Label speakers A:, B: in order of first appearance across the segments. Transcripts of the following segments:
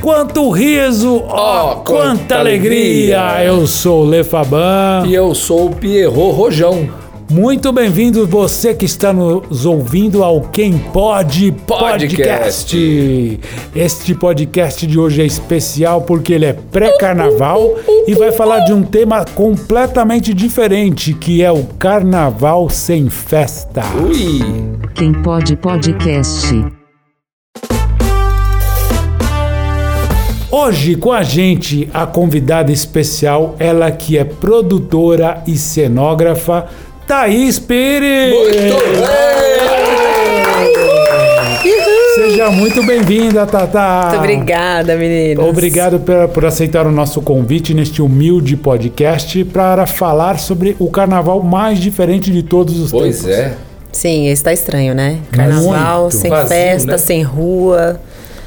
A: quanto riso, ó,
B: Oh,
A: quanta, alegria.
B: alegria.
A: Eu sou o Le Faban.
B: E eu sou o Pierrot Rojão.
A: Muito bem-vindo você que está nos ouvindo ao Quem Pode Podcast.
B: Podcast.
A: Este podcast de hoje é especial porque ele é pré-carnaval e vai falar de um tema completamente diferente, que é o carnaval sem festa.
B: Ui!
C: Quem pode podcast.
A: Hoje com a gente a convidada especial, ela que é produtora e cenógrafa, Thaís Pires.
B: Muito bem!
A: Seja muito bem-vinda, Tata.
D: Muito obrigada, meninas.
A: Obrigado por, por aceitar o nosso convite neste humilde podcast para falar sobre o carnaval mais diferente de todos os
B: Pois
A: tempos.
B: é.
D: Sim, esse tá estranho, né? Carnaval,
A: Muito.
D: sem
B: Vazio,
D: festa,
B: né?
D: sem rua,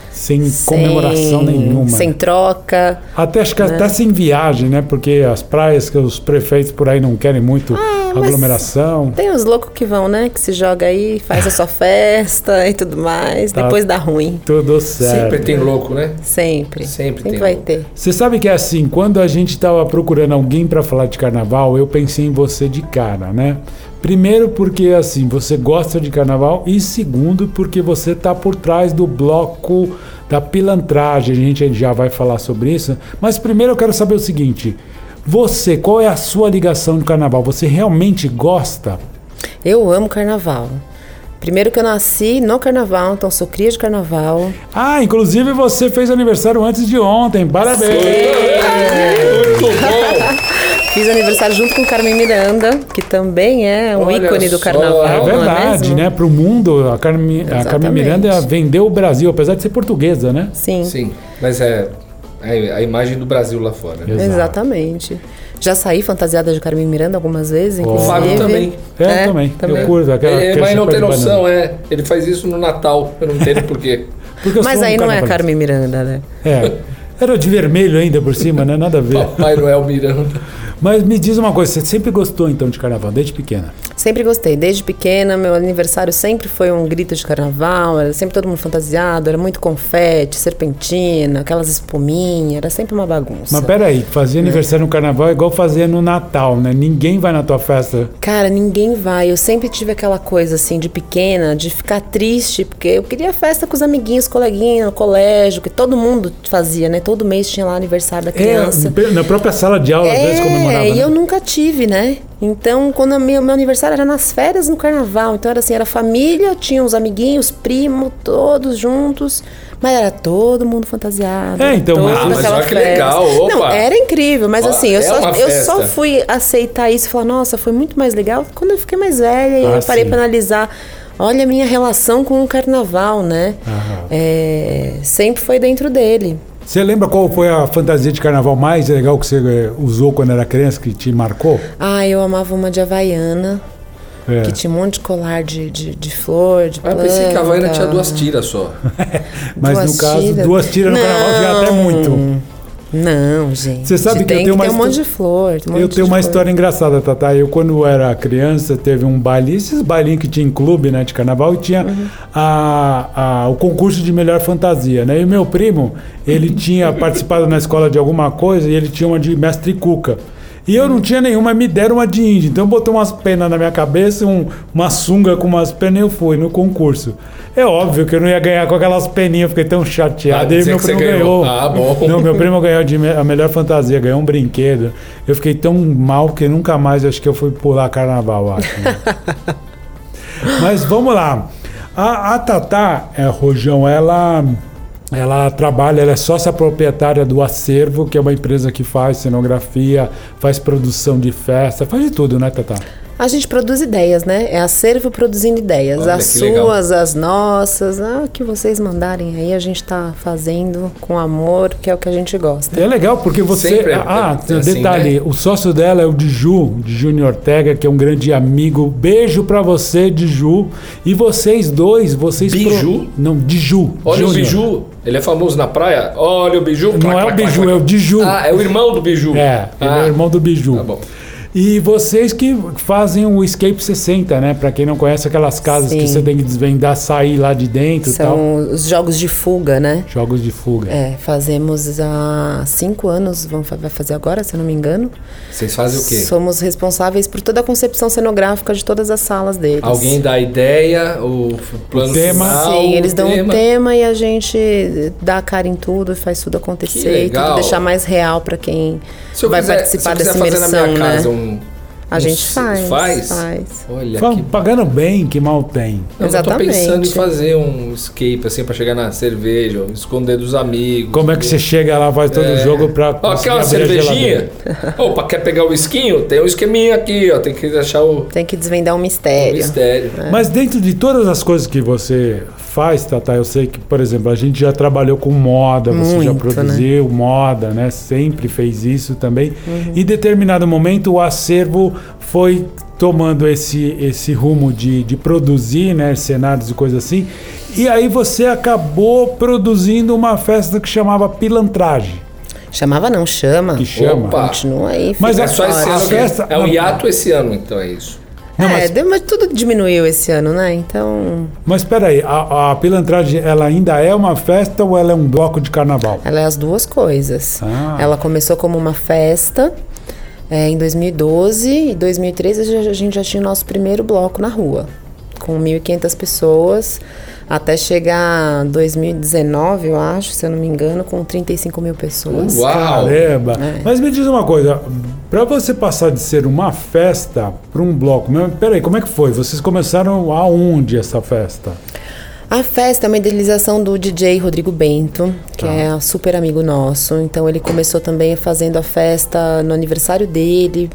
A: Sem
D: sem
A: comemoração nenhuma.
D: Sem troca.
A: Até acho que até sem viagem, né? Porque as praias que os prefeitos por aí não querem muito
D: Ah, mas-
A: aglomeração.
D: Tem uns loucos que vão, né? Que se joga aí, faz a sua festa e tudo mais.
A: Tá.
D: Depois dá ruim.
A: Tudo certo.
B: Sempre tem louco, né?
D: Sempre.
B: Sempre tem
D: vai
B: louco.
D: ter.
A: Você sabe que é assim, quando a gente tava procurando alguém pra falar de carnaval, eu pensei em você de cara, né? Primeiro porque assim, você gosta de carnaval e segundo porque você tá por trás do bloco da pilantragem, a gente já vai falar sobre isso, mas primeiro eu quero saber o seguinte, você, qual é a sua ligação de carnaval? Você realmente gosta?
D: Eu amo carnaval. Primeiro que eu nasci no carnaval, então sou cria de carnaval.
A: Ah, inclusive você fez aniversário antes de ontem. Parabéns.
B: É. Muito bom!
D: Fiz aniversário junto com Carmen Miranda, que também é um
B: Olha
D: ícone do
B: só.
D: carnaval.
A: É
D: não
A: verdade,
D: mesmo?
A: né? Pro mundo, a Carmen, a Carmen
D: Exatamente.
A: Miranda vendeu o Brasil, apesar de ser portuguesa, né?
D: Sim.
B: Sim, mas é é a imagem do Brasil lá fora. né?
D: Exatamente. Já saí fantasiada de Carmen Miranda algumas vezes, inclusive. É,
B: Fábio também.
A: Eu também. Eu curto aquela.
B: É,
A: aquele
B: mas não
A: chapéu
B: tem
A: de
B: noção,
A: banana.
B: é. Ele faz isso no Natal, eu não entendo por quê.
A: Porque eu
D: Mas
A: sou um
D: aí não é a
A: carnavalesco.
D: Carmen Miranda, né?
A: É. Era de vermelho ainda por cima, né? Nada a ver.
B: Papai Noel Miranda.
A: Mas me diz uma coisa, você sempre gostou então de carnaval, desde pequena?
D: Sempre gostei, desde pequena, meu aniversário sempre foi um grito de carnaval, era sempre todo mundo fantasiado, era muito confete, serpentina, aquelas espuminhas, era sempre uma bagunça.
A: Mas peraí, fazer aniversário no carnaval é igual fazer no Natal, né? Ninguém vai na tua festa.
D: Cara, ninguém vai. Eu sempre tive aquela coisa assim de pequena, de ficar triste, porque eu queria festa com os amiguinhos, coleguinha, no colégio, que todo mundo fazia, né? Todo mês tinha lá aniversário da criança.
A: É, na própria sala de aula, às vezes comemorava.
D: É, e
A: né?
D: eu nunca tive, né? Então, quando a minha- meu aniversário era nas férias no carnaval, então era assim, era família, tinha os amiguinhos, primo, todos juntos, mas era todo mundo fantasiado.
A: É, então,
D: todos
A: mas- Ah, mas
D: naquela
B: olha que
D: festa.
B: legal, opa.
D: Não, era incrível, mas
B: Ó,
D: assim, eu,
B: é
D: só,
B: uma
D: eu
B: festa.
D: só fui aceitar isso e falar, nossa, foi muito mais legal quando eu fiquei mais velha e
A: Ah,
D: eu parei
A: sim.
D: pra analisar. Olha a minha relação com o carnaval, né? É, sempre foi dentro dele.
A: Você lembra qual foi a fantasia de carnaval mais legal que você eh, usou quando era criança, que te marcou?
D: Ah, eu amava uma de Havaiana.
A: É.
D: Que tinha um monte de colar de, de, de flor, de
B: Ah,
D: planta.
B: eu pensei que a Havaiana tinha duas tiras só.
A: Mas
D: duas
A: no caso,
D: tiras.
A: duas tiras no carnaval já é até
D: Não.
A: muito.
D: Não, gente.
A: Você sabe que eu
D: tem
A: tenho uma
D: ter um
A: histo-
D: monte de
A: eu
D: flor. um monte
A: tenho
D: de
A: uma
D: flor.
A: história engraçada, Tata. Eu, quando era criança, teve um baile, esses bailinhos que tinha em clube, né, de carnaval, e tinha
D: Uhum.
A: a, a- o concurso de melhor fantasia, né? E o meu primo, ele tinha participado na escola de alguma coisa e ele tinha uma de mestre Cuca. E eu não tinha nenhuma, me deram uma de índio. Então botou umas penas na minha cabeça, um- uma sunga com umas penas e eu fui no concurso. É óbvio que eu não ia ganhar com aquelas peninhas, eu fiquei tão
B: Ah,
A: chateado. e aí
B: dizer
A: meu
B: que você
A: primo
B: ganhou.
A: ganhou.
B: Ah, bom.
A: Não, meu primo ganhou de me- a melhor fantasia, ganhou um brinquedo. Eu fiquei tão mal que nunca mais acho que eu fui pular carnaval, acho. né? Mas vamos lá. A, a Tatá é, Rojão, ela, ela trabalha, ela é sócia proprietária do Acervo, que é uma empresa que faz cenografia, faz produção de festa, faz de tudo, né, Tatá?
D: A gente produz ideias, né? É acervo produzindo ideias.
B: Olha,
D: as
B: que legal.
D: suas, as nossas. ah, o que vocês mandarem aí, a gente tá fazendo com amor, que é o que a gente gosta.
A: É legal porque você.
B: Sempre é-
A: ah,
B: é assim,
A: detalhe, o sócio dela é o Diju, Diju Ortega, que é um grande amigo. Beijo pra você, Diju. E vocês dois, vocês.
B: Biju?
A: Não, Diju.
B: Olha o
A: Júnior.
B: Biju, ele é famoso na praia. Olha o Biju.
A: Não é o Biju, é o Diju.
B: Ah, é o irmão do Ah, Biju.
A: É, ele
B: Ah,
A: é irmão do Biju.
B: Tá bom.
A: E vocês que fazem o Escape 60, né? Pra quem não conhece aquelas casas
D: Sim.
A: que você tem que desvendar, sair lá de dentro e tal.
D: São os jogos de fuga, né?
A: Jogos de fuga.
D: É, fazemos há cinco anos, vão fa- vai fazer agora, se eu não me engano.
B: Vocês fazem o quê?
D: Somos responsáveis por toda a concepção cenográfica de todas as salas deles.
B: Alguém dá a ideia, o f- plano
A: O tema.
B: final,
D: Sim, eles
B: o
D: dão um tema e a gente dá a cara em tudo, faz tudo
B: Que
D: acontecer e
B: legal.
D: tudo deixar mais real pra quem
B: Se eu
D: vai
B: quiser- se eu
D: participar
B: quiser
D: dessa
B: fazer
D: imersão,
B: na minha
D: né?
B: casa um-
D: A
B: um
D: gente
B: s-
D: faz.
B: Faz?
D: faz.
B: Olha
A: Fala,
B: que
A: Pagando bem, que mal tem.
B: Não, eu tô
D: Exatamente.
B: pensando em fazer um escape assim pra chegar na cerveja, me esconder dos amigos.
A: Como é que você chega lá, faz todo o jogo pra.
B: É. Ó,
A: conseguir
B: quer
A: abrir
B: uma
A: a
B: cervejinha?
A: geladeira?
B: Opa, quer pegar o esquinho? Tem um esqueminha aqui, ó. Tem que achar o
D: Tem que desvendar um
B: o
D: mistério.
B: mistério.
D: É.
A: Mas dentro de todas as coisas que você faz, Tata, eu sei que, por exemplo, a gente já trabalhou com moda, você já
D: Muito, né?
A: produziu moda, né? Sempre fez isso também.
D: Uhum.
A: E em determinado momento o acervo foi tomando esse, esse rumo de, de produzir, né? Cenários e coisa assim. E aí você acabou produzindo uma festa que chamava Pilantragem,
D: Chamava não, chama.
A: que chama.
B: Opa.
D: Continua aí.
A: Mas
D: fica
A: é
B: Só
A: Ah,
B: esse
A: a
B: ano. que-
A: festa-
B: É um
A: não.
B: hiato esse ano, então é isso.
A: Não,
D: é,
A: mas-
D: deu- mas tudo diminuiu esse ano, né? Então,
A: Mas peraí, a, a Pilantragem, ela ainda é uma festa ou ela é um bloco de carnaval?
D: Ela é as duas coisas.
A: Ah.
D: Ela começou como uma festa é, em 2012 e 2013 a gente- a gente já tinha o nosso primeiro bloco na rua, com 1.500 pessoas, até chegar 2019, eu acho, se eu não me engano, com 35 mil pessoas.
B: Uau!
A: Caramba! Mas me diz uma coisa, pra você passar de ser uma festa pra um bloco, mas peraí, como é que foi? Vocês começaram aonde essa festa?
D: A festa é uma idealização do DJ Rodrigo Bento, que
B: Tá.
D: é super amigo nosso. Então ele começou também fazendo a festa no aniversário dele,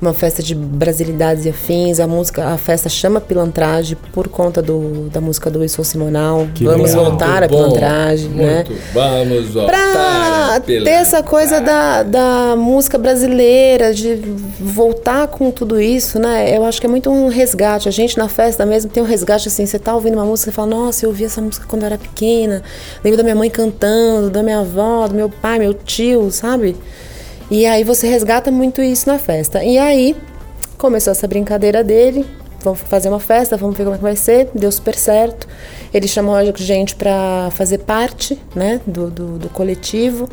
D: uma festa de brasilidades e afins. A música, a festa chama Pilantragem por conta do, da música do Wilson Simonal.
A: Que
D: Vamos
A: legal.
D: voltar à
B: Muito Então, bom,
D: pilantragem, né?
B: muito. Vamos voltar. à
D: Pra ter essa coisa da, da música brasileira, de voltar com tudo isso, né? Eu acho que é muito um resgate. A gente na festa mesmo tem um resgate assim: você tá ouvindo uma música e fala, nossa, eu ouvi essa música quando eu era pequena. Lembro da minha mãe cantando, da minha avó, do meu pai, meu tio, sabe? E aí você resgata muito isso na festa. E aí começou essa brincadeira dele. Vamos fazer uma festa, vamos ver como é que vai ser. Deu super certo. Ele chamou a gente para fazer parte né, do, do, do coletivo,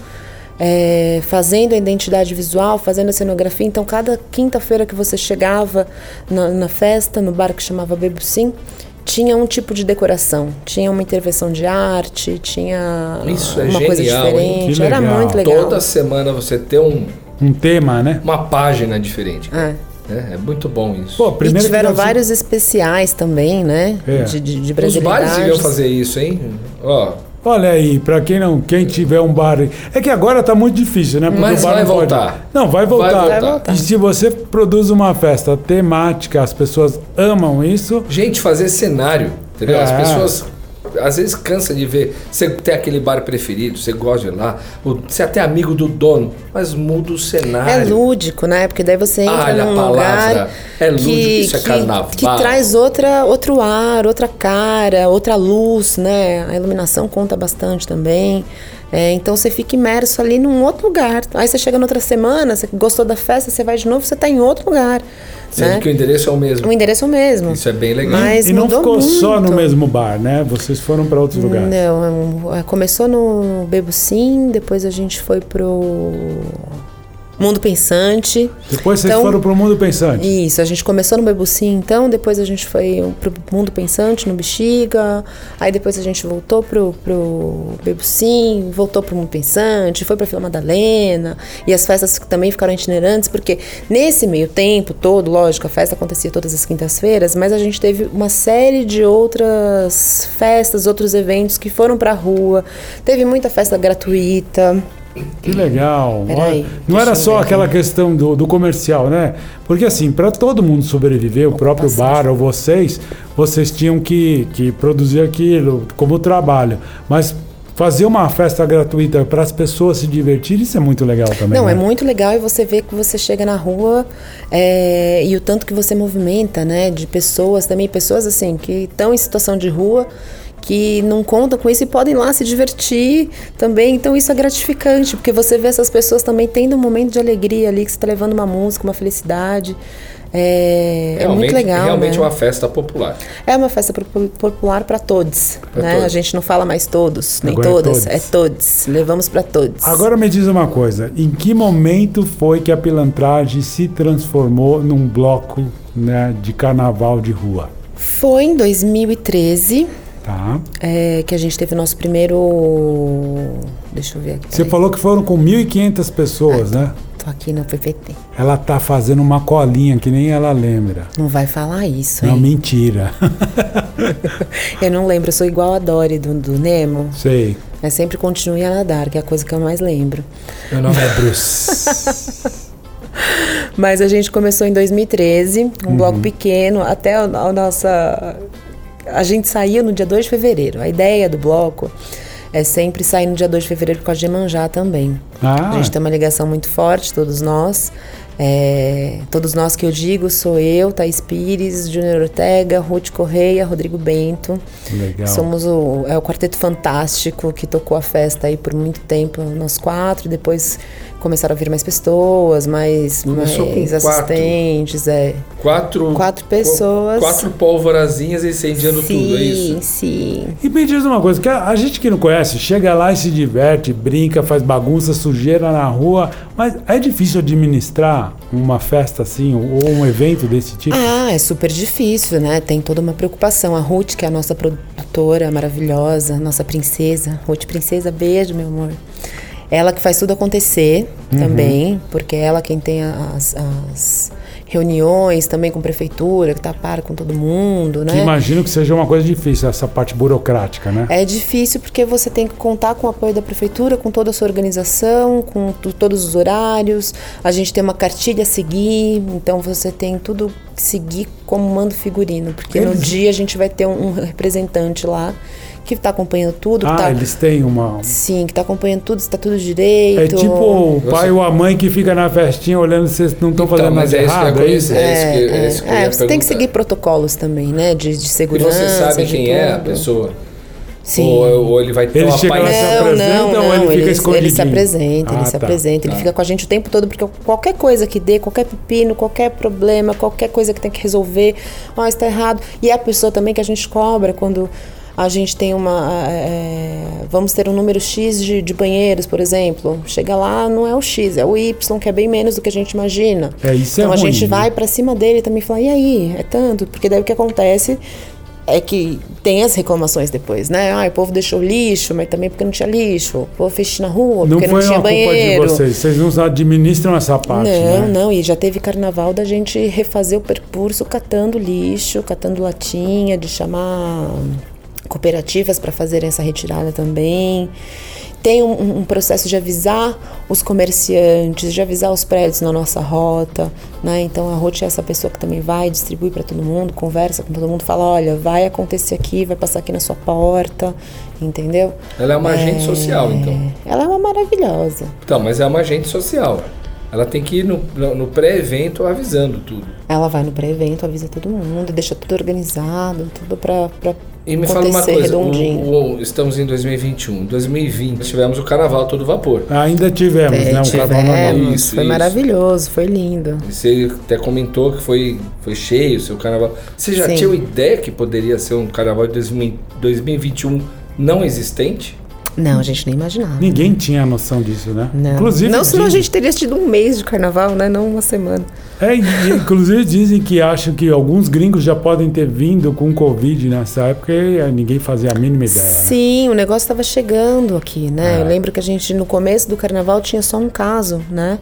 D: é, fazendo a identidade visual, fazendo a cenografia. Então, cada quinta-feira que você chegava na, na festa, no bar que chamava Bebo Sim, tinha um tipo de decoração. Tinha uma intervenção de arte, tinha
B: Isso é
D: uma coisa
B: genial, hein?
D: diferente.
A: Que
D: Era
A: legal.
D: muito legal.
B: Toda semana você tem um,
A: Um tema, né?
B: uma página diferente.
D: É.
B: né? É muito bom isso.
A: Pô,
D: e
A: que
D: tiveram
A: deve ser-
D: vários especiais também, né?
A: É.
D: De, de, de
B: Os bares deviam
D: brasilidades.
B: fazer isso, hein? Ó,
A: Olha aí, pra quem não, quem tiver um bar, é que agora tá muito difícil, né? Porque
B: Mas
A: o bar
B: vai
A: não pode-
B: voltar.
A: Não, vai voltar.
B: Vai
D: voltar.
A: E se você produz uma festa temática, as pessoas amam isso.
B: gente, fazer cenário, entendeu?
A: É.
B: As pessoas às vezes cansa de ver. Você tem aquele bar preferido, você gosta de ir lá, o- você é até amigo do dono, mas muda o cenário.
D: É lúdico, né? Porque daí você entra
B: Olha a
D: num
B: palavra.
D: lugar
B: É lúdico, isso é carnaval.
D: que traz outra, outro ar, outra cara, outra luz, né? A iluminação conta bastante também. É, então você fica imerso ali num outro lugar. Aí você chega na outra semana, você gostou da festa, você vai de novo, você tá em outro lugar.
B: Sendo
D: né?
B: que o endereço é o mesmo.
D: O endereço é o mesmo.
B: Isso é bem legal.
D: Mas
A: e não
D: mudou
A: ficou só no
D: muito.
A: mesmo bar, né? Vocês foram pra outros lugares.
D: Não, é um- é, começou no Bebo Sim, depois a gente foi pro Mundo Pensante.
A: Depois vocês
D: Então-
A: foram pro mundo pensante.
D: Isso, a gente começou no Bebo Sim, então, depois a gente foi pro Mundo Pensante, no Bexiga, aí depois a gente voltou pro, pro Bebo Sim, voltou pro Mundo Pensante, foi pra Vila Madalena, e as festas também ficaram itinerantes, porque nesse meio tempo todo, lógico, a festa acontecia todas as quintas-feiras, mas a gente teve uma série de outras festas, outros eventos que foram pra rua, teve muita festa gratuita,
A: Que legal.
D: Peraí,
A: Olha, não
D: deixa
A: era
D: eu
A: só
D: ver aqui.
A: aquela questão do, do comercial, né? Porque assim, para todo mundo sobreviver, o próprio bar ou vocês, vocês tinham que, que produzir aquilo como trabalho. Mas fazer uma festa gratuita para as pessoas se divertirem, isso é muito legal também.
D: Não,
A: né?
D: é muito legal e você vê que você chega na rua é, e o tanto que você movimenta, né? De pessoas também, pessoas assim, que estão em situação de rua, que não contam com isso e podem lá se divertir também. Então isso é gratificante, porque você vê essas pessoas também tendo um momento de alegria ali, que você está levando uma música, uma felicidade. É, é muito legal.
B: Realmente
D: né?
B: é uma festa popular.
D: É uma festa pro- popular para todos,
B: Pra
D: né?
B: todos.
D: A gente não fala mais todos, nem
A: Agora é
D: todas,
A: todos.
D: é todos. Levamos para todos.
A: Agora me diz uma coisa, em que momento foi que a pilantragem se transformou num bloco né, de carnaval de rua?
D: Foi em 2013
A: Tá?
D: é, que a gente teve o nosso primeiro. Deixa eu ver aqui.
A: Você
D: peraí,
A: falou que foram com 1.500 pessoas, né?
D: Tô aqui no PPT.
A: Ela tá fazendo uma colinha que nem ela lembra.
D: Não vai falar isso,
A: Não,
D: hein?
A: mentira.
D: Eu não lembro, eu sou igual a Dory do, do Nemo.
A: Sei.
D: É sempre continue a nadar, que é a coisa que eu mais lembro.
B: Meu nome é Bruce.
D: Mas a gente começou em 2013, um bloco pequeno, até a, a nossa. A gente saiu no dia 2 de fevereiro. A ideia do bloco é sempre sair no dia 2 de fevereiro por causa de Manjá também.
A: Ah.
D: A gente tem uma ligação muito forte, todos nós. É, todos nós que eu digo sou eu, Thaís Pires, Júnior Ortega, Ruth Correia, Rodrigo Bento.
A: Legal.
B: um-
D: Somos o, é o Quarteto Fantástico que tocou a festa aí por muito tempo, nós quatro. Depois começaram a vir mais pessoas, mais,
B: Começou com
D: mais
B: quatro.
D: assistentes. É.
B: Quatro,
D: Quatro pessoas.
B: Quatro pólvorazinhas incendiando
D: sim,
B: tudo, é isso?
D: Sim,
A: E me diz uma coisa, que a, a gente que não conhece, chega lá e se diverte, brinca, faz bagunça, sujeira na rua, mas é difícil administrar uma festa assim, ou um evento desse tipo?
D: Ah, é super difícil, né? Tem toda uma preocupação. A Ruth, que é a nossa produtora maravilhosa, nossa princesa. Ruth, princesa, beijo, meu amor. Ela que faz tudo acontecer
B: Uhum.
D: também, porque é ela quem tem as, as reuniões também com prefeitura, que tá a par com todo mundo, né?
A: Que imagino que seja uma coisa difícil, essa parte burocrática, né?
D: É difícil porque você tem que contar com o apoio da prefeitura, com toda a sua organização, com tu- todos os horários. A gente tem uma cartilha a seguir, então você tem tudo que seguir como mando figurino, porque no
A: Eles-
D: dia a gente vai ter um um representante lá que está acompanhando tudo, que
A: ah,
D: tá-
A: eles têm uma.
D: sim, que está acompanhando tudo, se tá tudo
A: É
D: direito.
A: tipo o pai
B: Você-
A: ou a mãe que fica na festinha olhando se vocês não estão fazendo
B: Então, mas
A: nada
B: é isso que eu ia
A: errado, é isso?
B: conhecer. isso que- é
D: É,
B: isso que eu
D: é,
B: ia
D: você tem que
B: perguntar.
D: seguir protocolos também, né? De, de
B: E
D: segurança.
B: você sabe
D: de
B: quem é a
D: tudo.
B: pessoa?
D: Sim.
B: Ou, ou ele vai ter
A: Ele
B: uma
A: chega lá e
B: paixão.
A: se apresenta ou ele fica escondidinho?
D: Ele se apresenta,
A: Ah,
D: ele se
A: tá.
D: apresenta,
B: Tá.
D: ele fica com a gente o tempo todo, porque qualquer coisa que dê, qualquer pepino, qualquer problema, qualquer coisa que tem que resolver, ó, isso tá errado. E é a pessoa também que a gente cobra quando a gente tem uma. é, vamos ter um número X de, de banheiros, por exemplo. Chega lá, não é o X, é o Y, que é bem menos do que a gente imagina.
A: É, isso é
D: então a
A: ruim,
D: gente
A: né?
D: vai pra cima dele e também fala, e aí, é tanto? Porque daí o que acontece é que tem as reclamações depois, né? Ah, o povo deixou lixo, mas também porque não tinha lixo. O povo fez xixi na rua,
A: Não
D: porque
A: foi
D: não tinha
A: uma
D: banheiro.
A: culpa de vocês, vocês não administram essa parte,
D: não,
A: né?
D: não, e já teve carnaval da gente refazer o percurso catando lixo, catando latinha, de chamar cooperativas para fazerem essa retirada também. Tem um, um processo de avisar os comerciantes, de avisar os prédios na nossa rota, né? Então a Ruth é essa pessoa que também vai, distribui para todo mundo, conversa com todo mundo, fala: olha, vai acontecer aqui, vai passar aqui na sua porta, entendeu?
B: Ela é uma agente social, então.
D: Ela é uma maravilhosa.
B: Então, mas é uma agente social. Ela tem que ir no, no- no pré-evento avisando tudo.
D: Ela vai no pré-evento, avisa todo mundo, deixa tudo organizado, tudo pra, pra
B: E me
D: acontecer
B: fala uma coisa, o-
D: redondinho.
B: o- estamos em 2021. Em 2020 tivemos o carnaval a todo vapor.
A: Ainda tivemos, né? Um carnaval normal.
D: Tivemos,
B: É, Isso,
D: foi
B: isso.
D: maravilhoso, foi lindo.
B: E Você até comentou que foi, foi cheio o seu carnaval. Você já
D: Sim.
B: tinha uma ideia que poderia ser um carnaval de 2000 2021 não existente?
D: Não, a gente nem imaginava.
A: Ninguém tinha noção disso, né?
D: Não.
A: Inclusive,
D: não, senão a
A: dizem-
D: gente teria tido um mês de carnaval, né? Não uma semana.
A: É, e- inclusive dizem que acham que alguns gringos já podem ter vindo com Covid nessa época e eh, ninguém fazia a mínima ideia. né?
D: Sim, o negócio estava chegando aqui, né?
B: Ah,
A: É.
D: Eu lembro que a gente, no começo do carnaval, tinha só um caso, né?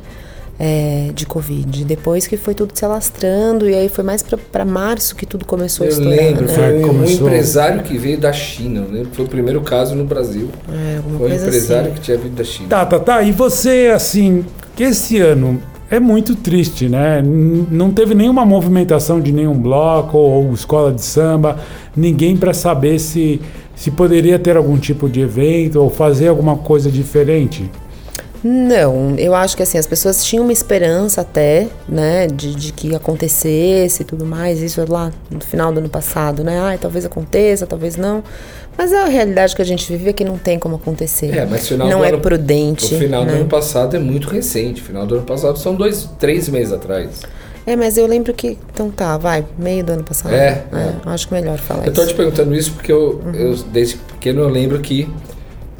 D: É, de Covid. Depois que foi tudo se alastrando, e aí foi mais pra- pra março que tudo começou a
B: Eu
D: estourar.
B: lembro,
D: né?
A: É,
B: foi um, um
A: começou.
B: empresário que veio da China. Eu lembro que foi o primeiro caso no Brasil.
D: É, alguma
B: Foi um
D: coisa
B: empresário
D: assim.
B: que tinha vindo da China.
A: Tá, tá, tá. E você, assim, que esse ano é muito triste, né? N- Não teve nenhuma movimentação de nenhum bloco ou escola de samba, ninguém para saber se, se poderia ter algum tipo de evento ou fazer alguma coisa diferente.
D: Não, eu acho que assim, as pessoas tinham uma esperança até, né, de, de que acontecesse e tudo mais, isso lá no final do ano passado, né? Ai, talvez aconteça, talvez não. Mas é a realidade que a gente vive é que não tem como acontecer.
B: É, mas final
D: não
B: do
D: é
B: ano-
D: prudente.
B: O final
D: né?
B: do ano passado é muito recente. Final do ano passado são dois, três meses atrás.
D: É, mas eu lembro que. Então tá, vai, meio do ano passado.
B: É,
D: Acho que melhor falar
B: Eu tô te
D: isso.
B: perguntando isso porque eu, eu, desde pequeno eu lembro que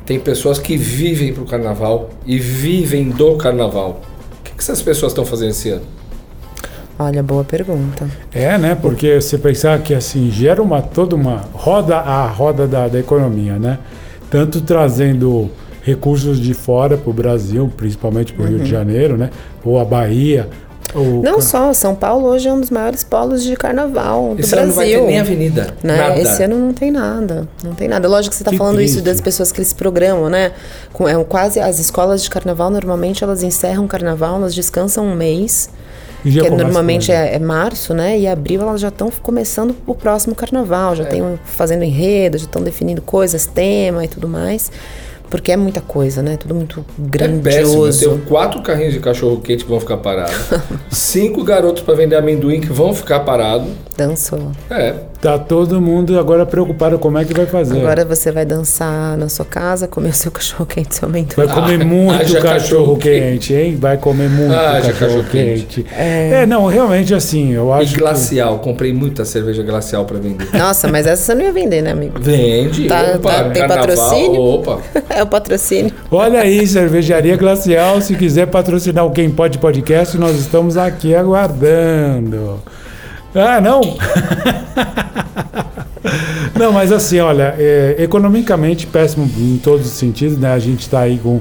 B: tem pessoas que vivem pro carnaval e vivem do carnaval. O que, que essas pessoas estão fazendo esse ano?
D: Olha, boa pergunta.
A: É, né? Porque você pensar que assim gera uma toda uma roda a roda da, da economia, né? Tanto trazendo recursos de fora para o Brasil, principalmente para o Rio de Janeiro, né? Ou a Bahia. Ou
D: Uhum. Não
A: Ca-
D: só, São Paulo hoje é um dos maiores polos de carnaval do
B: Esse
D: Brasil.
B: ano não vai ter nem avenida.
D: né?
B: Nada.
D: Esse ano não tem nada, não tem nada. Lógico que você está
A: Que
D: falando isso
A: triste.
D: das pessoas que eles programam, né? Com, é, um- quase as escolas de carnaval normalmente elas encerram o carnaval, elas descansam um mês,
A: E já
D: que
A: começa
D: normalmente
A: com-
D: é, é março, né? E abril elas já estão começando o próximo carnaval, já estão fazendo enredo, já estão definindo coisas, tema e tudo mais. Porque é muita coisa, né? Tudo muito
B: É péssimo.
D: grandioso.
B: Tem quatro carrinhos de cachorro quente que vão ficar parados. cinco garotos para vender amendoim que vão ficar parados.
D: Dançou.
B: É.
A: Tá todo mundo agora preocupado como é que vai fazer.
D: Agora você vai dançar na sua casa, comer o seu cachorro quente, seu amendoim.
A: Vai comer
B: Ah,
A: muito
B: haja
A: cachorro
B: cachorro
A: quente, hein? Vai comer muito
B: Haja
A: cachorro
B: cachorro-quente.
A: quente. É... não, realmente assim, eu
B: E
A: acho. que-
B: glacial. Comprei muita cerveja glacial para vender.
D: Nossa, mas essa você não ia vender, né, amigo?
B: Vende.
D: Tá-
B: opa,
D: tá- tem
B: carnaval,
D: patrocínio?
B: Opa.
D: É o patrocínio.
A: Olha aí, cervejaria glacial, se quiser patrocinar o Quem Pode Podcast, nós estamos aqui aguardando. Ah, não? Não, mas assim, olha, é, economicamente péssimo em todos os sentidos, né? A gente está aí com,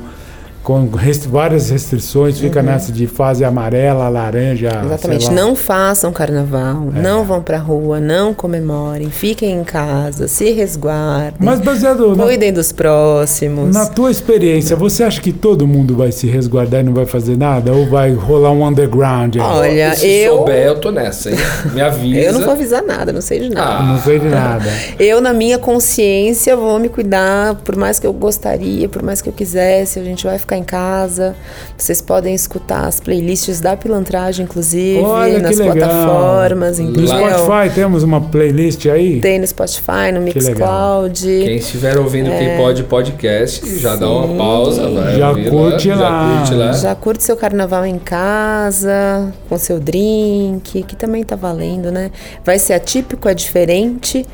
A: com res- várias restrições, fica nessa de fase amarela, laranja. Ah, sei
D: Uhum. Exatamente.
A: lá. É.
D: Não façam carnaval, não vão pra rua, não comemorem, fiquem em casa, se resguardem,
A: Mas baseado na,
D: cuidem dos próximos.
A: na tua experiência, você acha que todo mundo vai se resguardar e não vai fazer nada? Ou vai rolar um underground? aí?
D: Olha,
B: Se
D: eu,
B: souber, eu tô nessa, hein? Me avisa.
D: eu não vou avisar nada, não sei de nada.
A: Não sei de nada.
D: Eu, na minha consciência, vou me cuidar, por mais que eu gostaria, por mais que eu quisesse, a gente vai ficar em casa. Vocês podem escutar as playlists da pilantragem, inclusive,
A: Olha, que
D: nas
A: legal.
D: plataformas,
B: No
A: No
D: entendeu?
A: Spotify temos uma playlist aí?
D: Tem no Spotify, no
A: Que legal.
D: Mixcloud.
B: Quem estiver ouvindo
D: É.
B: quem pode podcast, já dá uma pausa, vai
A: Já
B: ouvir
A: curte
B: lá,
A: lá.
B: Já curte lá.
D: Já curte seu carnaval em casa, com seu drink, que também tá valendo, né? Vai ser atípico, é diferente,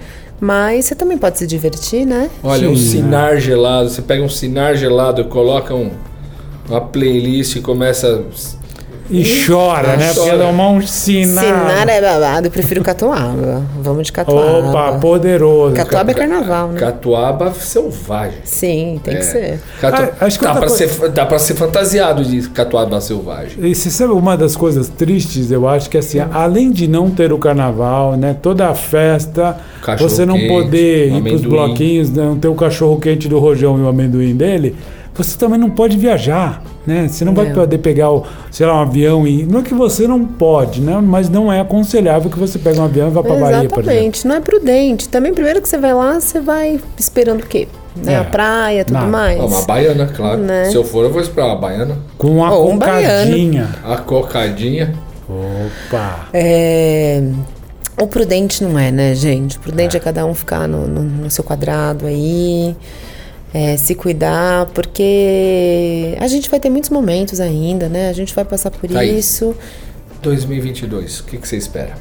D: mas você também pode se divertir, né?
B: Olha, um
A: Sim,
B: sinar gelado, você pega um sinar gelado, coloca um, uma playlist e começa...
A: E chora, né?
B: Chora.
A: Porque ela é uma sinar.
D: Sinar é babado, eu prefiro catuaba. Vamos de catuaba.
A: Opa, poderoso.
D: Catuaba é carnaval, né?
B: Catuaba selvagem. É.
D: Sim, tem
A: É.
D: que ser.
B: Catu...
A: Ah, acho que
B: dá,
A: outra
B: pra
A: coisa-
B: ser, dá pra ser fantasiado de catuaba selvagem.
A: E você sabe uma das coisas tristes, eu acho que assim, além de não ter o carnaval, né, toda a festa,
B: Cachorro
A: você não
B: quente,
A: poder ir pros
B: amendoim.
A: bloquinhos, né, não ter o cachorro quente do rojão e o amendoim dele, você também não pode viajar, né? Você não vai
D: Não.
A: poder pegar, o, sei lá, um avião e não é que você não pode, né? Mas não é aconselhável que você pegue um avião e vá pra Bahia, por exemplo.
D: Exatamente, não é prudente. Também, primeiro que você vai lá, você vai esperando o quê? Né?
A: É.
D: A praia, tudo
A: Nada.
D: mais.
B: Ah, Uma baiana, claro.
D: É Né?
B: Se eu for, eu vou esperar uma baiana.
A: Com uma
D: Ou um baiano.
A: cocadinha.
B: A cocadinha.
A: Opa.
D: É, O prudente não é, né, gente? O prudente é, cada um ficar no, no- no seu quadrado aí, é, se cuidar, porque a gente vai ter muitos momentos ainda, né? A gente vai passar por
B: Tá aí.
D: isso.
B: 2022, o que, que você espera?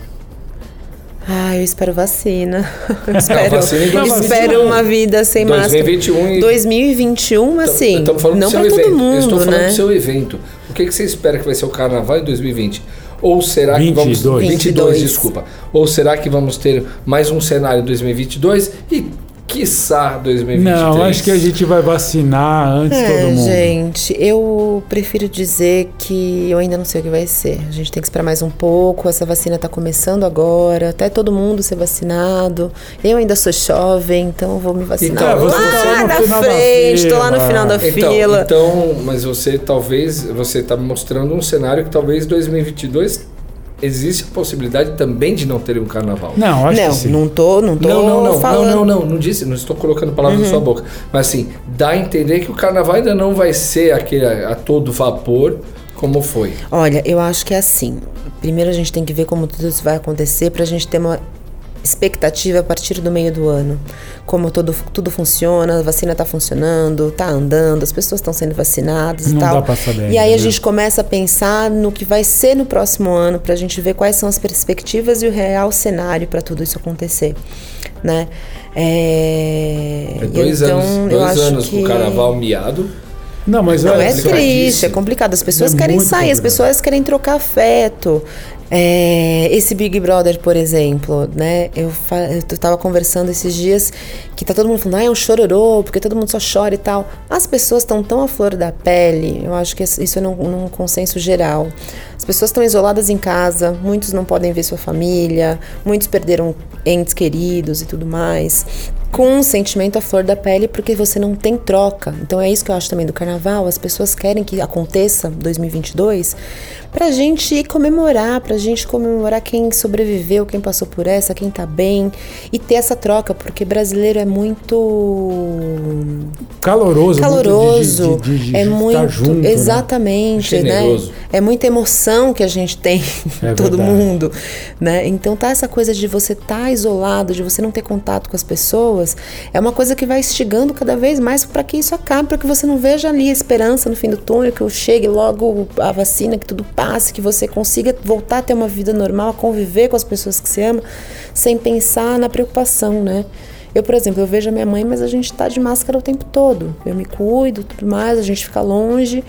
D: Ah, eu espero vacina. Eu
B: a
D: espero,
B: vacina em 2021.
D: espero uma vida sem máscara.
B: 2021 e-
D: 2021, assim,
B: Estamos falando
D: não
B: do seu
D: pra todo
B: evento. Eu estou
D: mundo,
B: falando
D: né?
B: do seu evento. O que, que você espera que vai ser o carnaval em 2020? Ou será que vamos.
A: 22.
B: 22,
D: 22.
B: desculpa. Ou será que vamos ter mais um cenário em 2022 e, quiçá, 2023?
A: Não, acho que a gente vai vacinar antes de todo
D: É,
A: mundo.
D: gente, eu prefiro dizer que eu ainda não sei o que vai ser. A gente tem que esperar mais um pouco. Essa vacina tá começando agora, até todo mundo ser vacinado. Eu ainda sou jovem, então eu vou me vacinar.
B: Então, você tá
D: lá
A: no
D: na
A: final da
D: frente, tô lá no
A: fila.
D: final da
B: Então,
D: fila.
B: então, mas você talvez. Você está mostrando um cenário que talvez 2022 existe a possibilidade também de não ter um carnaval.
A: Não, acho que
D: não,
A: sim.
D: não tô, não tô
B: Não, não, não,
D: falando.
B: não,
D: Uhum.
B: não, não, não disse, não estou colocando palavras na sua boca. Mas assim, dá a entender que o carnaval ainda não vai ser aquele a, a todo vapor como foi.
D: Olha, eu acho que é assim. Primeiro a gente tem que ver como tudo isso vai acontecer pra gente ter uma expectativa a partir do meio do ano. Como todo, tudo funciona, a vacina está funcionando, está andando, as pessoas estão sendo vacinadas
A: Não
D: e tal.
A: dá pra saber
D: e aí
A: ainda, né?
D: a gente começa a pensar no que vai ser no próximo ano, para a gente ver quais são as perspectivas e o real cenário para tudo isso acontecer. Né? É,
B: É dois
D: então,
B: anos,
D: eu
B: dois
D: acho
B: anos
D: que...
B: com o carnaval miado.
A: Não, mas
D: Não,
A: olha,
D: é
B: complicadíssimo.
D: triste, é complicado. As pessoas
A: É
D: querem
A: muito
D: sair, as
A: complicado.
D: pessoas querem trocar afeto. É, esse Big Brother, por exemplo, né? Eu, fa- eu t- tava conversando esses dias que tá todo mundo falando, ah, é um chororô, porque todo mundo só chora e tal. As pessoas estão tão à flor da pele, eu acho que es- isso é num, num consenso geral. As pessoas estão isoladas em casa, muitos não podem ver sua família, muitos perderam entes queridos e tudo mais com um sentimento à flor da pele porque você não tem troca. Então é isso que eu acho também do carnaval, as pessoas querem que aconteça 2022 pra gente ir comemorar, pra gente comemorar quem sobreviveu, quem passou por essa, quem tá bem e ter essa troca, porque brasileiro é muito
A: caloroso. muito de-
D: caloroso,
A: de- de- de
D: é
A: estar
D: muito
A: junto, né?
D: exatamente, né?
B: Generoso.
D: É muita emoção que a gente tem
A: É
D: todo
A: verdade.
D: mundo, né? Então tá essa coisa de você estar isolado, de você não ter contato com as pessoas, é uma coisa que vai instigando cada vez mais para que isso acabe, para que você não veja ali a esperança no fim do túnel, que eu chegue logo a vacina, que tudo passe, que você consiga voltar a ter uma vida normal, a conviver com as pessoas que você ama, sem pensar na preocupação, né? Eu, por exemplo, eu vejo a minha mãe, mas a gente tá de máscara o tempo todo. Eu me cuido, tudo mais, a gente fica longe.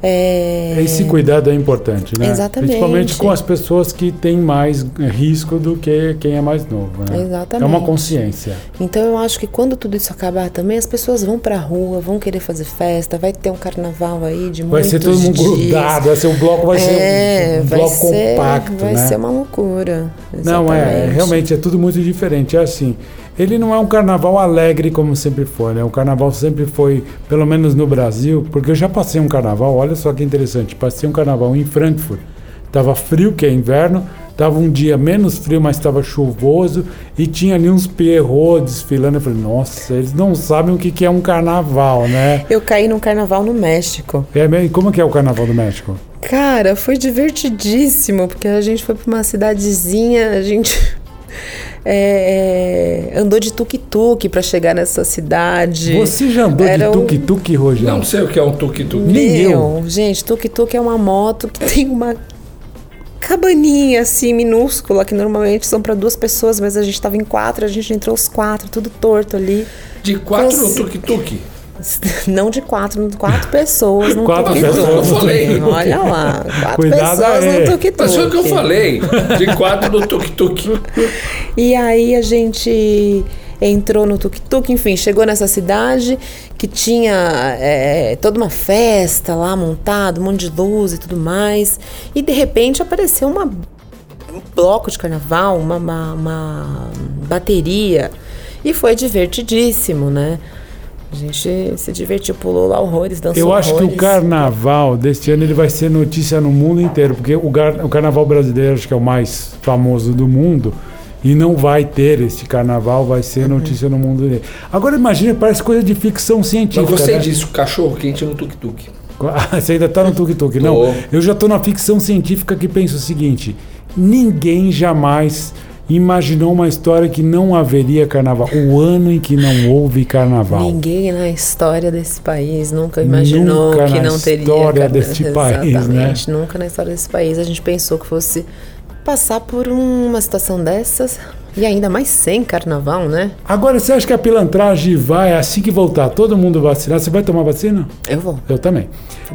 D: É...
A: Esse cuidado é importante, né?
D: Exatamente.
A: Principalmente com as pessoas que têm mais eh, risco do que quem é mais novo, né?
D: Exatamente.
A: É uma consciência.
D: Então eu acho que quando tudo isso acabar também, as pessoas vão pra rua, vão querer fazer festa, vai ter um carnaval aí de
A: Vai
D: muitos
A: ser todo mundo
D: dias.
A: grudado, vai ser um bloco, vai ser
D: é,
A: um, um
D: vai
A: bloco
D: ser,
A: compacto,
D: vai
A: né?
D: ser uma loucura.
A: Não é,
D: Exatamente.
A: realmente é tudo muito diferente. É assim, ele não é um carnaval alegre como sempre foi, né? O carnaval sempre foi, pelo menos no Brasil, porque eu já passei um carnaval, olha só que interessante, passei um carnaval em Frankfurt. Tava frio, que é inverno, tava um dia menos frio, mas estava chuvoso e tinha ali uns Pierrot desfilando. Eu falei, nossa, eles não sabem o que que é um carnaval, né?
D: Eu caí num carnaval no México.
A: É, e como que é o carnaval do México?
D: Cara, foi divertidíssimo, porque a gente foi pra uma cidadezinha, a gente é, é, andou de tuk-tuk pra chegar nessa cidade.
A: Você já andou de
D: Era um-
A: tuk-tuk, Rogério?
B: Não sei o que é um tuk-tuk.
A: nem
D: Meu, Gente, tuk-tuk é uma moto que tem uma cabaninha assim minúscula que normalmente são pra duas pessoas, mas a gente tava em quatro, a gente entrou os quatro, tudo torto ali.
B: De quatro no
D: Nossa.
B: tuk-tuk.
D: Não de quatro, quatro pessoas num
A: Quatro
D: tuk-tuk.
A: pessoas,
B: eu falei.
D: Olha lá, quatro
A: Cuidado
D: pessoas
A: aí.
D: no tuk-tuk.
B: Mas foi o que eu falei. De quatro no tuk-tuk.
D: E aí a gente entrou no tuk-tuk, enfim, chegou nessa cidade que tinha é, toda uma festa lá montada, um monte de luz e tudo mais. E de repente apareceu uma, um bloco de carnaval, uma, uma- uma bateria. E foi divertidíssimo, né? A gente se divertiu, pulou lá horrores, dançou
A: Eu acho que o
D: horrores.
A: carnaval deste ano ele vai ser notícia no mundo inteiro, porque o, gar- o carnaval brasileiro acho que é o mais famoso do mundo. E não vai ter este carnaval, vai ser notícia no mundo inteiro. Agora imagina, parece coisa de ficção científica.
B: Eu gostei
A: né?
B: disso. Cachorro quente no tuk-tuk.
A: Ah, Você ainda tá no tuk-tuk. Não,
B: Tô.
A: eu já tô na ficção científica que pensa o seguinte: ninguém jamais imaginou uma história que não haveria carnaval. O ano em que não houve carnaval.
D: Ninguém na história desse país nunca imaginou
A: Nunca
D: que
A: na
D: não teria.
A: história
D: carna-
A: deste país, né?
D: Exatamente, nunca na história desse país a gente pensou que fosse passar por uma situação dessas e ainda mais sem carnaval, né?
A: Agora, você acha que a pilantragem vai, assim que voltar, todo mundo vacinar? Você vai tomar vacina?
D: Eu vou.
A: Eu também.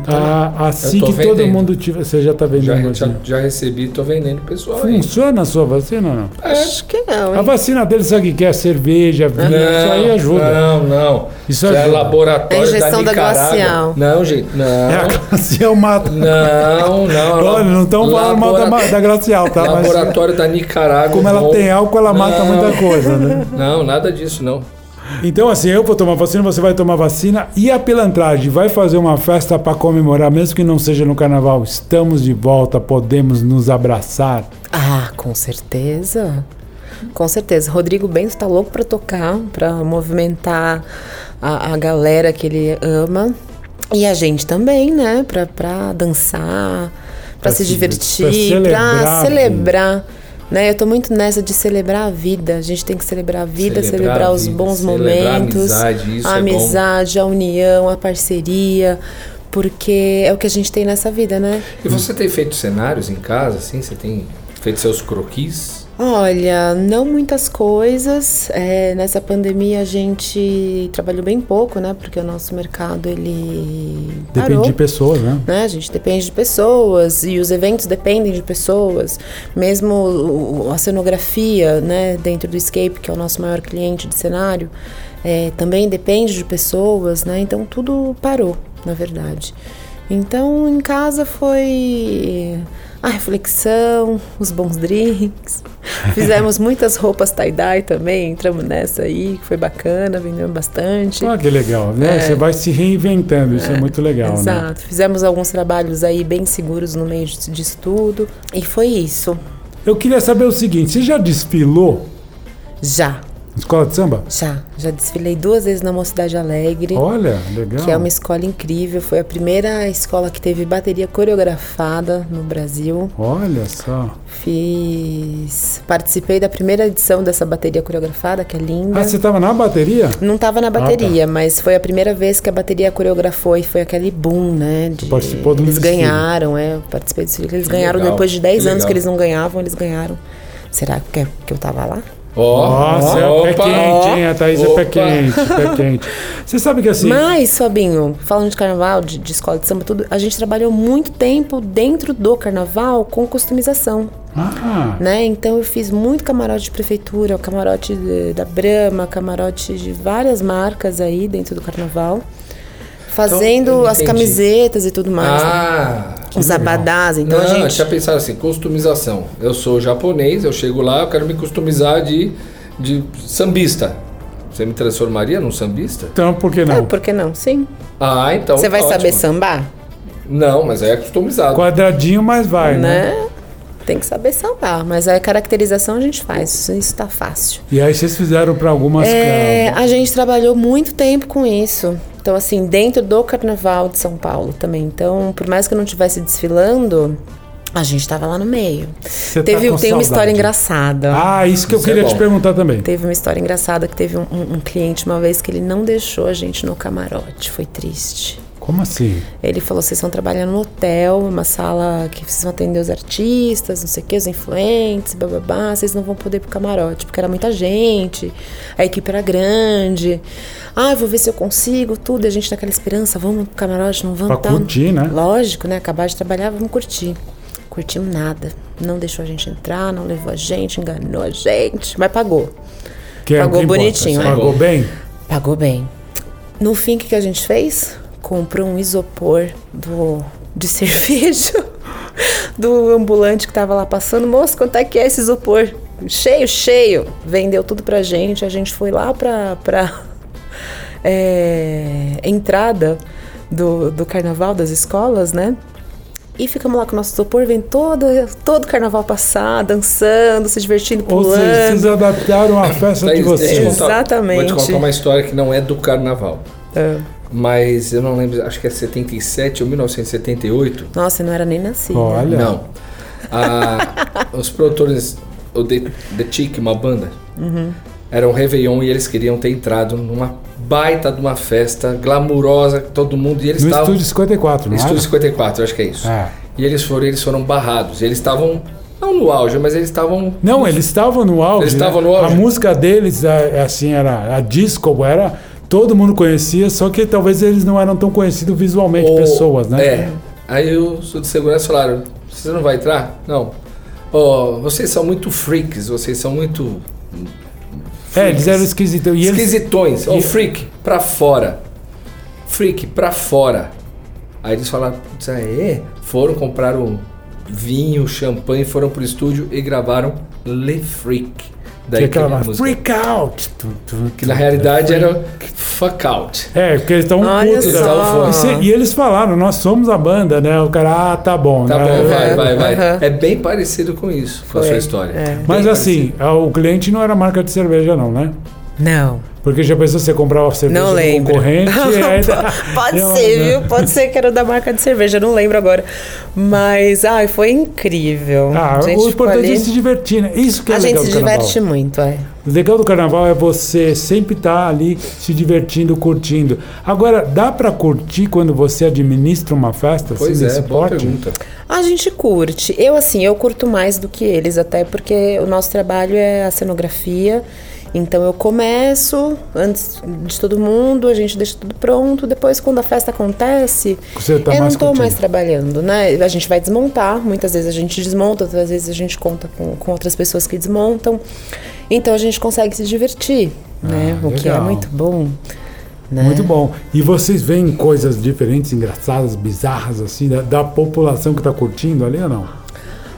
A: Ah, assim
B: Eu tô
A: que todo
B: vendendo.
A: mundo tiver. Você já tá
B: Já,
A: vendendo
B: já,
A: vacina?
B: já recebi, tô vendendo pro pessoal aí.
A: Funciona a sua vacina ou não?
D: Acho que não,
A: A
D: hein?
A: vacina dele sabe o que que é? Cerveja, vinho, isso aí ajuda.
B: Não, não.
A: Isso
B: Isso é
A: ajuda.
B: laboratório
D: É a injeção
B: da
D: da
B: Nicarágua.
D: glacial.
B: Não, gente,
A: É a
B: não.
A: Glacial mata.
B: Não, não.
A: Olha, não estão falando mal da, ma-
B: Labora-
A: da Glacial, tá? Mas
B: Laboratório da Nicarágua.
A: como ela
B: não.
A: tem álcool, ela mata
B: Não.
A: muita coisa, né?
B: Não, nada disso, não.
A: Então, assim, eu vou tomar vacina, você vai tomar vacina e a pilantragem vai fazer uma festa para comemorar, mesmo que não seja no carnaval. Estamos de volta, podemos nos abraçar.
D: Ah, com certeza. Com certeza. Rodrigo Bento tá louco pra tocar, pra movimentar a, a galera que ele ama. E a gente também, né? Pra, pra dançar, pra,
A: Pra
D: se
A: se-
D: divertir,
A: pra
D: pra
A: celebrar,
D: celebrar.
A: né?
D: celebrar Né? Eu tô muito nessa de celebrar a vida. A gente tem que celebrar a vida, celebrar,
B: a
D: os
B: vida,
D: bons
B: celebrar a
D: momentos,
B: amizade, isso
D: a
B: é bom.
D: amizade, a união, a parceria, porque é o que a gente tem nessa vida, né?
B: E
A: Hum.
B: você tem feito cenários em casa, assim? Você tem feito seus croquis?
D: Olha, não muitas coisas. É, nessa pandemia a gente trabalhou bem pouco, né? Porque o nosso mercado ele
A: Depende
D: parou.
A: de pessoas, né?
D: né? A gente depende de pessoas e os eventos dependem de pessoas. Mesmo o- o- a cenografia, né, dentro do Escape, que é o nosso maior cliente de cenário, eh, também depende de pessoas, né? Então tudo parou, na verdade. Então em casa foi a reflexão, os bons drinks. Fizemos muitas roupas tie-dye também, entramos nessa aí, que foi bacana, vendemos bastante.
A: Ah, que legal, né?
D: É.
A: Você vai se reinventando, isso é, muito legal, né?
D: Exato. Fizemos alguns trabalhos aí bem seguros no meio disso disso tudo. E foi isso.
A: Eu queria saber o seguinte, você já desfilou
D: Já,
A: na escola de samba?
D: já. Já desfilei duas vezes na Mocidade Alegre.
A: Olha, legal.
D: Que é uma escola incrível, foi a primeira escola que teve bateria coreografada no Brasil.
A: Olha só. Ah,
D: Fiz. Participei da primeira edição dessa bateria coreografada, que é linda.
A: Ah, você tava na bateria?
D: Não estava
A: Ah, tá.
D: na bateria, mas foi a primeira vez que a bateria coreografou e foi aquele boom, né? de-
A: participou do
D: Eles
A: desfile.
D: ganharam, é. Eu participei do desfile que eles
B: Que
D: ganharam
B: legal,
D: depois de
B: que
D: 10 anos
B: legal.
D: que eles não ganhavam, eles ganharam. Será que, é que eu tava lá?
B: Ó,
A: Nossa, é
B: ó,
A: pé quente, hein? A Thaís é pé
B: Opa.
A: quente, pé quente. Você sabe que assim...
D: Mas, Fabinho, falando de carnaval, de, de escola de samba, tudo, a gente trabalhou muito tempo dentro do carnaval com customização.
A: Ah,
D: né? Então eu fiz muito camarote de prefeitura, o camarote de- da Brahma, camarote de várias marcas aí dentro do carnaval, fazendo
B: eu
D: as
B: Então, entendi.
D: camisetas e tudo mais. né?
B: Ah,
D: Os abadás, então
B: não,
D: a gente.
B: tinha pensado assim, customização. Eu sou japonês, eu chego lá, eu quero me customizar de, de sambista. Você me transformaria num sambista?
A: então por que
D: É,
A: não?
D: por que não? Sim.
B: Ah, então.
D: Você vai
B: ótimo. Uhum.
D: saber sambar?
B: Não, mas aí é customizado.
A: Quadradinho, mas vai, né?
D: Né? Tem que saber sambar, mas a caracterização a gente faz, isso- isso tá fácil.
A: E aí vocês fizeram pra algumas...
D: É,
A: ca-
D: a gente trabalhou muito tempo com isso. Então, assim, dentro do Carnaval de São Paulo também. Então, por mais que eu não estivesse desfilando, a gente estava lá no meio.
A: Você tá
D: Teve,
A: com
D: tem uma
A: saudade.
D: história engraçada.
A: Ah, isso que eu
B: Isso é
A: queria te
B: bom.
A: perguntar também.
D: Teve uma história engraçada que teve um, um- um cliente uma vez que ele não deixou a gente no camarote. Foi triste.
A: Como assim?
D: Ele falou: vocês vão trabalhar no hotel, uma sala que vocês vão atender os artistas, não sei o que, os influentes, bababá, vocês não vão poder ir pro camarote, porque era muita gente, a equipe era grande. Ah, eu vou ver se eu consigo, tudo, e a gente naquela esperança, vamos pro camarote, não vamos
A: Pra curtir, né?
D: Lógico, né? Acabar de trabalhar, vamos curtir. Curtimos nada. Não deixou a gente entrar, não levou a gente, enganou a gente, mas pagou.
A: Que é o
D: Pagou
A: que importa.
D: bonitinho, né?
A: Pagou bem?
D: Pagou bem. No fim, o que que a gente fez? Comprou um isopor do, de cerveja do ambulante que tava lá passando. Moço, quanto é que é esse isopor? Cheio, cheio. Vendeu tudo pra gente. A gente foi lá pra, pra é, entrada do, do carnaval das escolas, né? E ficamos lá com o nosso isopor, vem toda, todo carnaval passar, dançando, se divertindo,
A: Ou
D: pulando.
A: seja, vocês adaptaram a festa de
B: Thaís, É deixa eu
A: vocês.
B: contar-
D: Exatamente.
B: Vou te contar uma história que não é do carnaval.
D: Ah.
B: Mas eu não lembro, acho que é 77 ou 1978.
D: Nossa, eu não era nem nascida.
A: Olha.
B: Não. Ah, os produtores, o The, The Chick, uma banda,
A: Uhum.
B: era um Réveillon e eles queriam ter entrado numa baita de uma festa glamurosa, todo mundo, e eles
A: No
B: estavam.
A: estúdio 54, não
B: Estúdio
A: era?
B: 54, acho que é isso.
A: É.
B: E eles foram, eles foram barrados. Eles estavam. Não no auge, mas eles estavam.
A: Não, eles estavam no auge.
B: Eles
A: né?
B: estavam no auge.
A: A música deles, a- assim, era a disco, era. Todo mundo conhecia, só que talvez eles não eram tão conhecidos visualmente,
B: Ô,
A: pessoas, né?
B: É. Aí os de segurança falaram: você não vai entrar? Não. Ó, vocês são muito freaks, vocês são muito
A: É, eles eram esquisitos. E eles,
B: esquisitões. Ó,
A: e-
B: freak, pra fora. Freak, pra fora. Aí eles falaram: "Putz, aê. Foram, compraram vinho, champanhe, foram pro estúdio e gravaram Le Freak.
A: que é
B: Daí que veio
A: aquela
B: a música.
A: freak né? out. Tu, tu,
B: Que na realidade era Fuck Out.
A: É, porque eles estavam
D: Olha
A: putos.
B: Eles
A: né?
D: só.
B: estavam fora.
A: E, se- e eles falaram, nós somos a banda, né? O cara, ah, tá bom.
B: Tá
A: né?
B: bom, vai,
D: Aham,
B: vai, vai.
D: aham.
B: É bem parecido com isso, com a sua história.
D: é.
B: Bem
A: Mas
B: parecido.
A: assim, a- o cliente não era marca de cerveja, não, né?
D: Não.
A: Porque já pensou você comprar uma cerveja
D: Não
A: do
D: lembro.
A: concorrente? é, então, tá- ainda-
D: Pode
A: Eu-
D: ser, viu? Pode ser que era da marca de cerveja, eu não lembro agora. Mas, ai, foi incrível.
A: Ah,
D: a gente
A: o
D: ficou
A: importante
D: ali.
A: é se divertir, né? Isso que é
D: A gente
A: legal
D: se
A: do carnaval.
D: diverte muito, é.
A: O legal do carnaval é você sempre estar ali se divertindo, curtindo. Agora, dá para curtir quando você administra uma festa
B: Pois
A: assim,
B: é,
A: desse
B: boa
A: porte?
B: pergunta.
D: A gente curte. Eu, assim, eu curto mais do que eles, até porque o nosso trabalho é a cenografia. Então eu começo antes de todo mundo, a gente deixa tudo pronto. Depois, quando a festa acontece,
A: Você tá
D: eu não
A: mais
D: estou
A: curtindo.
D: mais trabalhando, né? A gente vai desmontar. Muitas vezes a gente desmonta, outras vezes a gente conta com, com outras pessoas que desmontam. Então a gente consegue se divertir, né?
A: Ah,
D: o que é
A: legal.
D: muito bom. Né?
A: Muito bom. E vocês veem coisas diferentes, engraçadas, bizarras, assim, da, da população que tá curtindo ali ou não?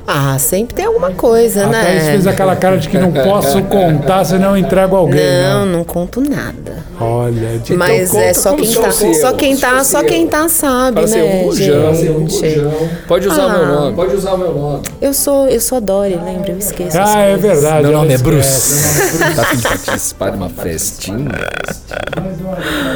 D: Ah, sempre tem alguma coisa,
A: A
D: né?
A: Thaís fez aquela cara de que não posso contar, senão eu entrego alguém.
D: Não,
A: né?
D: não conto nada.
A: Olha, de Ah,
D: Mas
B: conta
D: é só
B: como
D: quem
B: se
D: tá,
B: fosse
D: só
B: eu,
D: quem
B: se
D: tá,
B: fosse
D: só
B: eu.
D: quem tá sabe,
B: Fala assim,
D: né,
B: um rojão,
D: gente?
B: um rojão. Pode usar o meu
D: Ah.
B: nome. Pode usar o meu nome.
D: Eu sou, eu sou a Dory, lembra? Eu esqueço. as
A: Ah, é
D: coisas.
A: verdade.
B: Meu
A: ela
B: nome é
A: esquece.
B: Bruce.
D: é
B: Tá afim de participar de uma festinha?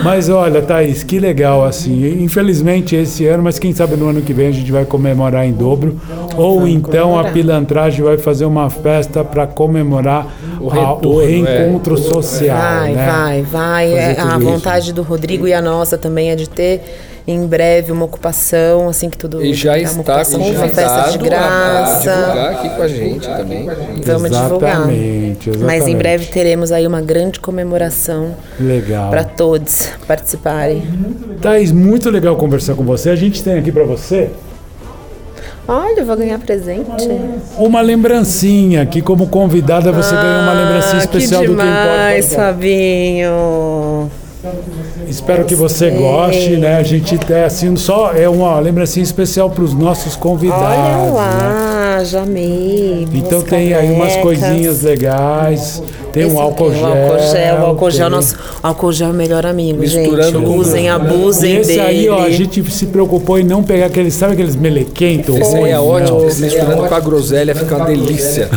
A: Mas olha, Thaís, que legal assim. Infelizmente esse ano, mas quem sabe no ano que vem a gente vai comemorar em dobro. Ou então a
D: comemorar.
A: pilantragem vai fazer uma festa para comemorar
B: O
A: a- o,
B: retorno, é.
A: reencontro social.
D: Vai,
A: né?
D: vai, vai.
A: Fazer
D: É,
A: tudo
D: a
A: isso.
D: vontade do Rodrigo e a nossa também é de ter em breve uma ocupação, assim que tudo
B: E já
D: uma
B: está
D: ocupação, uma festa de
B: convidado a a
D: graça.
B: divulgar aqui com a gente também.
D: Vamos divulgar.
A: Exatamente,
D: Mas em
A: exatamente.
D: breve teremos aí uma grande comemoração
A: Legal.
D: para todos participarem.
A: Thaís, muito legal conversar com você. A gente tem aqui para você
D: Olha, eu vou ganhar presente.
A: uma lembrancinha que como convidada você ganhou uma lembrancinha
D: Ah,
A: especial
D: que
A: do Quem Pode
D: demais,
A: Podcast.
D: Fabinho.
A: Espero que você goste, né? A gente é assim, só é uma lembrancinha especial para os nossos
D: Olha
A: convidados. né?
D: lá, já amei.
A: Então
D: umas
A: tem aí umas
D: canecas.
A: coisinhas legais, tem
D: Esse
A: um álcool
D: tem
A: gel.
D: O álcool gel, o álcool gel,
A: tem-
D: nosso álcool gel é o melhor amigo,
B: Misturando
D: gente.
B: com-
D: Usem, abusem
A: E esse
D: dele.
A: aí, ó, a gente se preocupou em não pegar aqueles, sabe aqueles melequentos?
B: Esse aí é
A: Não.
B: ótimo, porque misturando com a groselha fica uma delícia.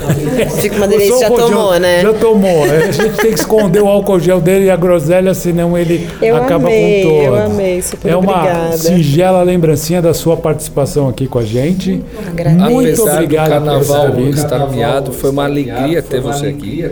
D: Fica uma
A: O
D: delícia, já
A: Soco
D: tomou,
A: já,
D: né?
A: Já tomou. A gente tem que esconder o álcool gel dele e a groselha, senão ele
D: Eu
A: acaba
D: amei,
A: com todo.
D: eu amei, super
A: É uma
D: obrigada.
A: singela lembrancinha da sua participação aqui com a gente.
D: Agradeço.
A: Muito
B: Apesar do
A: obrigado por
B: carnaval
A: ter vindo.
B: estar miado, foi uma alegria ter você aqui.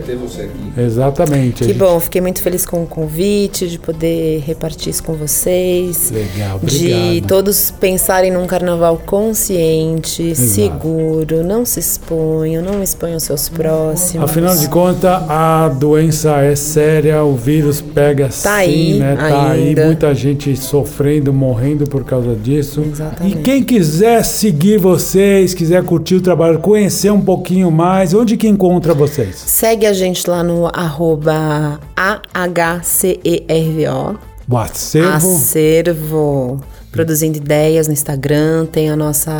A: Exatamente.
D: Que
A: gente.
D: bom, fiquei muito feliz com o convite, de poder repartir isso com vocês.
A: Legal,
D: De
A: obrigado.
D: todos pensarem num carnaval consciente, seguro, não se exponham, não exponham seus próximos.
A: Afinal de contas, a doença é séria, o vírus pega sim,
D: aí,
A: né? Tá
D: ainda.
A: aí, muita gente sofrendo, morrendo por causa disso.
D: Exatamente.
A: E quem quiser seguir vocês, quiser curtir o trabalho, conhecer um pouquinho mais, onde que encontra vocês?
D: Segue a gente lá no arroba AHCERVO.
A: O acervo.
D: Acervo. Produzindo ideias no Instagram, tem a nossa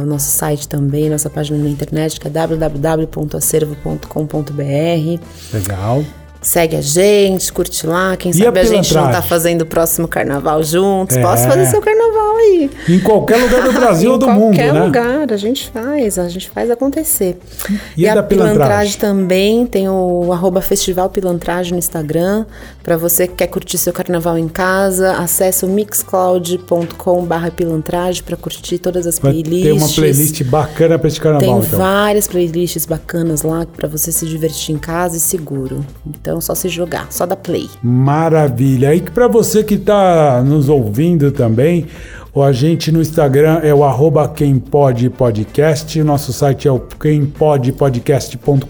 D: o nosso site também, nossa página na internet que é www.acervo.com.br.
A: Legal.
D: Segue a gente, curte lá, quem
A: E
D: sabe
A: a
D: a, gente não tá
A: pilantragem?
D: fazendo o próximo carnaval juntos.
A: É.
D: Posso fazer seu carnaval aí.
A: Em qualquer lugar do Brasil ou do mundo,
D: Em
A: né?
D: qualquer lugar, a gente faz, a gente faz acontecer.
A: E a da pilantragem?
D: também, tem o arroba Festival Pilantragem no Instagram. Pra você que quer curtir seu carnaval em casa, acessa o mixcloud.com pilantragem pra curtir todas as
A: Vai
D: playlists.
A: ter uma playlist bacana pra esse carnaval,
D: Tem
A: então.
D: várias playlists bacanas lá pra você se divertir em casa e seguro. Então, só se jogar, só dá play.
A: Maravilha. E para você que está nos ouvindo também, o a gente no Instagram é o arroba quem pode podcast, o nosso site é o quempodepodcast.com.br.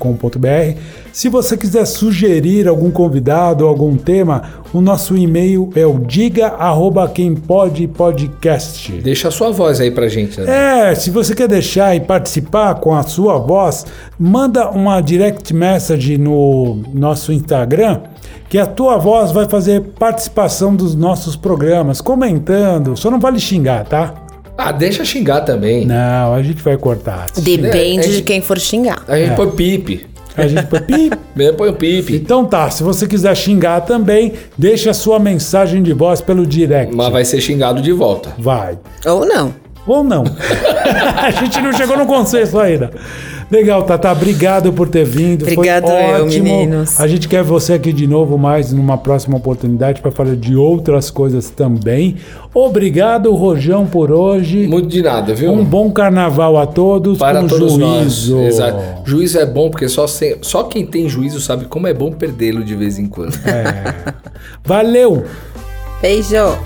A: Se você quiser sugerir algum convidado, algum tema, o nosso e-mail é o diga arroba quem pode podcast.
B: Deixa a sua voz aí pra gente. Né?
A: É, se você quer deixar e participar com a sua voz, manda uma direct message no nosso Instagram, que a tua voz vai fazer participação dos nossos programas, comentando. Só não vale xingar, tá?
B: Ah, deixa xingar também.
A: Não, a gente vai cortar.
D: Depende
B: É, é-
D: de quem for xingar.
B: A gente põe pipe.
A: A gente põe pi.
B: Né, Põe o pipe.
A: Então tá, se você quiser xingar também, deixa a sua mensagem de voz pelo direct.
B: Mas vai ser xingado de volta.
A: Vai.
D: Ou não.
A: Ou não. a gente não chegou no consenso ainda. Legal, Tata, obrigado por ter vindo.
E: Obrigado
A: Foi
E: eu,
A: ótimo.
E: meninos.
A: A gente quer você aqui de novo, mais numa próxima oportunidade, para falar de outras coisas também. Obrigado, Rojão, por hoje.
B: Muito de nada, viu?
A: Um bom carnaval a todos,
B: Para
A: com
B: todos
A: juízo.
B: nós. Exato. Juízo é bom porque só, sem- só quem tem juízo sabe como é bom perdê-lo de vez em quando.
A: Valeu!
E: Beijo.